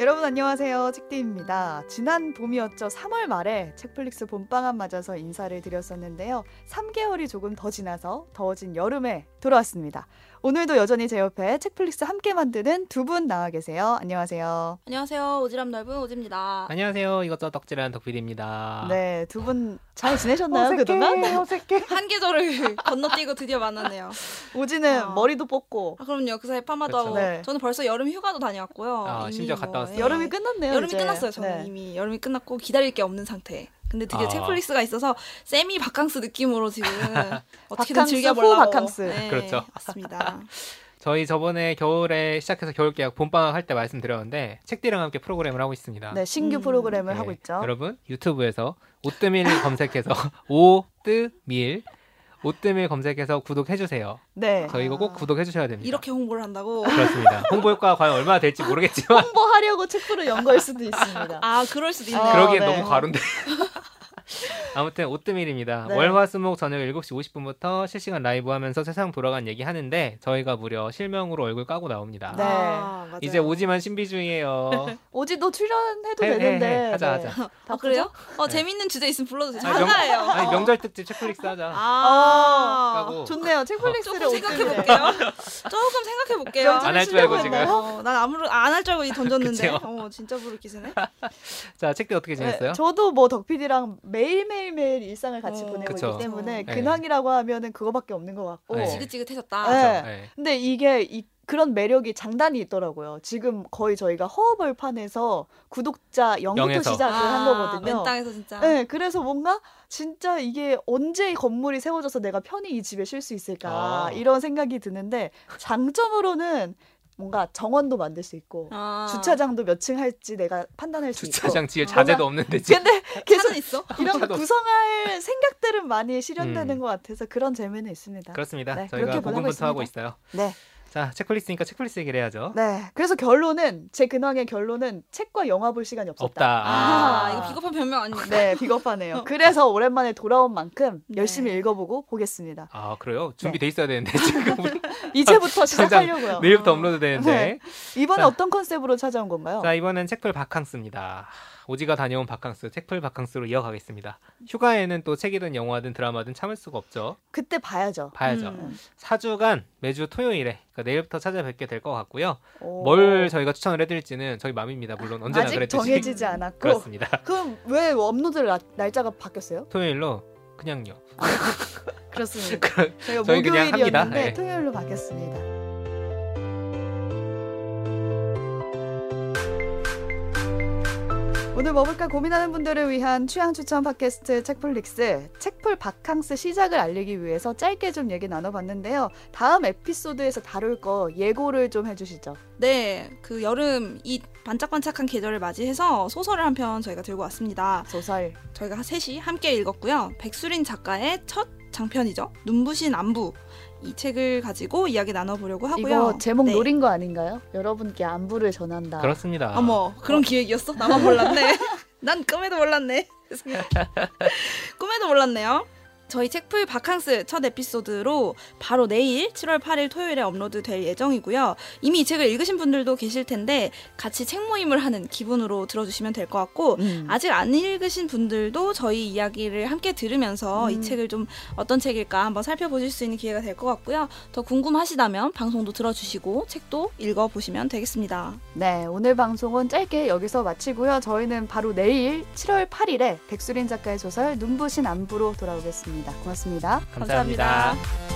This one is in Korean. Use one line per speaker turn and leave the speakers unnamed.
여러분 안녕하세요. 책디입니다. 지난 봄이었죠. 3월 말에 책플릭스 봄방학 맞아서 인사를 드렸었는데요. 3개월이 조금 더 지나서 더워진 여름에 돌아왔습니다. 오늘도 여전히 제 옆에 책플릭스 함께 만드는 두 분 나와 계세요. 안녕하세요.
안녕하세요. 오지랖 넓은 오지입니다.
안녕하세요. 이것도 떡질한 덕비입니다
네, 두 분 잘 지내셨나요 그동안?
어색해, 어색해.
한 계절을 건너뛰고 드디어 만났네요.
오지는
어.
머리도 뽑고
아, 그럼요. 그 사이 파마도
그렇죠.
하고
네.
저는 벌써 여름 휴가도 다녀왔고요.
아,
이미
심지어 갔다 왔어요?
예.
여름이 끝났네요.
여름이
이제.
끝났어요. 저는
네.
이미 여름이 끝났고 기다릴 게 없는 상태. 근데 드디어
아.
책플릭스가 있어서 세미 바캉스 느낌으로 지금 어떻게든
바캉스
즐겨보려고
후 바캉스.
네,
그렇죠.
맞습니다.
저희 저번에 겨울에 시작해서 겨울 계약 봄방학 할 때 말씀드렸는데 책디랑 함께 프로그램을 하고 있습니다.
네, 신규
음.
프로그램을
네,
하고 있죠.
여러분 유튜브에서 오뜨밀 검색해서 오뜨밀 오뜨밀 검색해서 구독해 주세요.
네.
저희 이거 꼭 구독해 주셔야 됩니다.
이렇게 홍보를 한다고.
그렇습니다. 홍보 효과가 과연 얼마나 될지 모르겠지만
홍보하려고 책프를 연 걸 수도 있습니다.
아, 그럴 수도 있네요.
아,
그러기엔
네.
너무 과로인데. 아무튼 오뜨밀입니다.
네.
월화수목 저녁 7시 50분부터 실시간 라이브 하면서 세상 돌아간 얘기 하는데 저희가 무려 실명으로 얼굴 까고 나옵니다.
네.
아, 맞아요.
이제 오지만 신비 중이에요.
오지도 출연해도
해, 해,
되는데.
해. 네, 하자,
네.
하자.
아, 그래요? 어,
네.
재밌는 주제 있으면 불러도 돼요.
아니, 명-
하나예요. 어.
아니 명절 특집 책플릭스 하자.
아.
하고.
좋네요. 책플릭스를
조금 생각해
오뜨밀에.
볼게요. 조금 생각해 볼게요.
명절
안할줄 알고
신청했나요?
지금.
어, 난 아무로 안 할 줄 알고 이 던졌는데.
그쵸?
어, 진짜 부를 기세네.
자, 책들 어떻게 지냈어요?
네, 저도 뭐 덕PD랑 매일 매일 매일 일상을 같이
어,
보내고
그쵸.
있기 때문에
네.
근황이라고 하면은 그거밖에 없는 것 같고.
네.
지긋지긋해졌다.
네.
그렇죠? 네.
근데 이게 이- 그런 매력이 장단이 있더라고요. 지금 거의 저희가 허벌판에서 구독자 0부터
영에서.
아,
시작을 한 거거든요.
맨 땅에서 진짜.
네, 그래서 뭔가 진짜 이게 언제 이 건물이 세워져서 내가 편히 이 집에 쉴 수 있을까
아.
이런 생각이 드는데 장점으로는 뭔가 정원도 만들 수 있고
아.
주차장도 몇 층 할지 내가 판단할 수
주차장
있고
지을
뭔가-
자재도 없는데 지금.
근데 계속
차는 있어?
이런 거
차도-
구성할 생각들은 많이 실현되는
음. 그렇죠.
것 같아서 그런 재미는 있습니다.
그렇습니다.
네,
저희가
그렇게 보내고
고군분투 하고 있어요.
네.
자, 책플릭스니까 책플릭스 얘기를 해야죠.
네. 그래서 결론은 제 근황의 결론은 책과 영화 볼 시간이 없었다.
없다.
아,
아.
이거 비겁한 변명 아니에요?
네, 비겁하네요. 그래서 오랜만에 돌아온 만큼 열심히
네.
읽어보고 보겠습니다.
아, 그래요?
네.
준비돼 있어야 되는데 지금 우리
그렇죠. 이제부터
당장
시작하려고요.
내일부터 업로드 되는데.
이번에
네. 자.
어떤 컨셉으로 찾아온 건가요?
자, 이번엔 책플 바캉스입니다. 오지가 다녀온 바캉스, 책플 바캉스로 이어가겠습니다. 휴가에는 또 책이든 영화든 드라마든 참을 수가 없죠.
그때 봐야죠.
봐야죠.
음.
4주간 매주 토요일에 그러니까 내일부터 찾아뵙게 될 것 같고요.
오.
뭘 저희가 추천을 해드릴지는 저희 마음입니다. 물론 언제나
아직
그랬듯이
정해지지 않았고
그렇습니다.
그럼 왜 업로드 날- 날짜가 바뀌었어요?
토요일로 그냥요.
그렇습니다. 저희가
저희 그냥 합니다.
목요일이었는데
네.
토요일로 바뀌었습니다. 오늘 뭐 볼까 고민하는 분들을 위한 취향 추천 팟캐스트 책플릭스 책풀 바캉스 시작을 알리기 위해서 짧게 좀 얘기 나눠봤는데요. 다음 에피소드에서 다룰 거 예고를 좀 해주시죠.
네, 그 여름 이 반짝반짝한 계절을 맞이해서 소설을 한 편 저희가 들고 왔습니다.
소설
저희가 셋이 함께 읽었고요. 백수린 작가의 첫 장편이죠. 눈부신 안부. 이 책을 가지고 이야기 나눠보려고 하고요.
이거 제목
네.
노린 거 아닌가요? 여러분께 안부를 전한다. 아.
그렇습니다.
어머 그런 기획이었어? 나만 몰랐네. 난 꿈에도 몰랐네. 죄송해요. 꿈에도 몰랐네요. 저희 책풀 바캉스 첫 에피소드로 바로 내일 7월 8일 토요일에 업로드 될 예정이고요. 이미 이 책을 읽으신 분들도 계실 텐데 같이 책 모임을 하는 기분으로 들어주시면 될 것 같고
음.
아직 안 읽으신 분들도 저희 이야기를 함께 들으면서
음.
이 책을 좀 어떤 책일까 한번 살펴보실 수 있는 기회가 될 것 같고요. 더 궁금하시다면 방송도 들어주시고 책도 읽어보시면 되겠습니다.
네, 오늘 방송은 짧게 여기서 마치고요. 저희는 바로 내일 7월 8일에 백수린 작가의 소설 눈부신 안부로 돌아오겠습니다. 고맙습니다.
감사합니다.
감사합니다.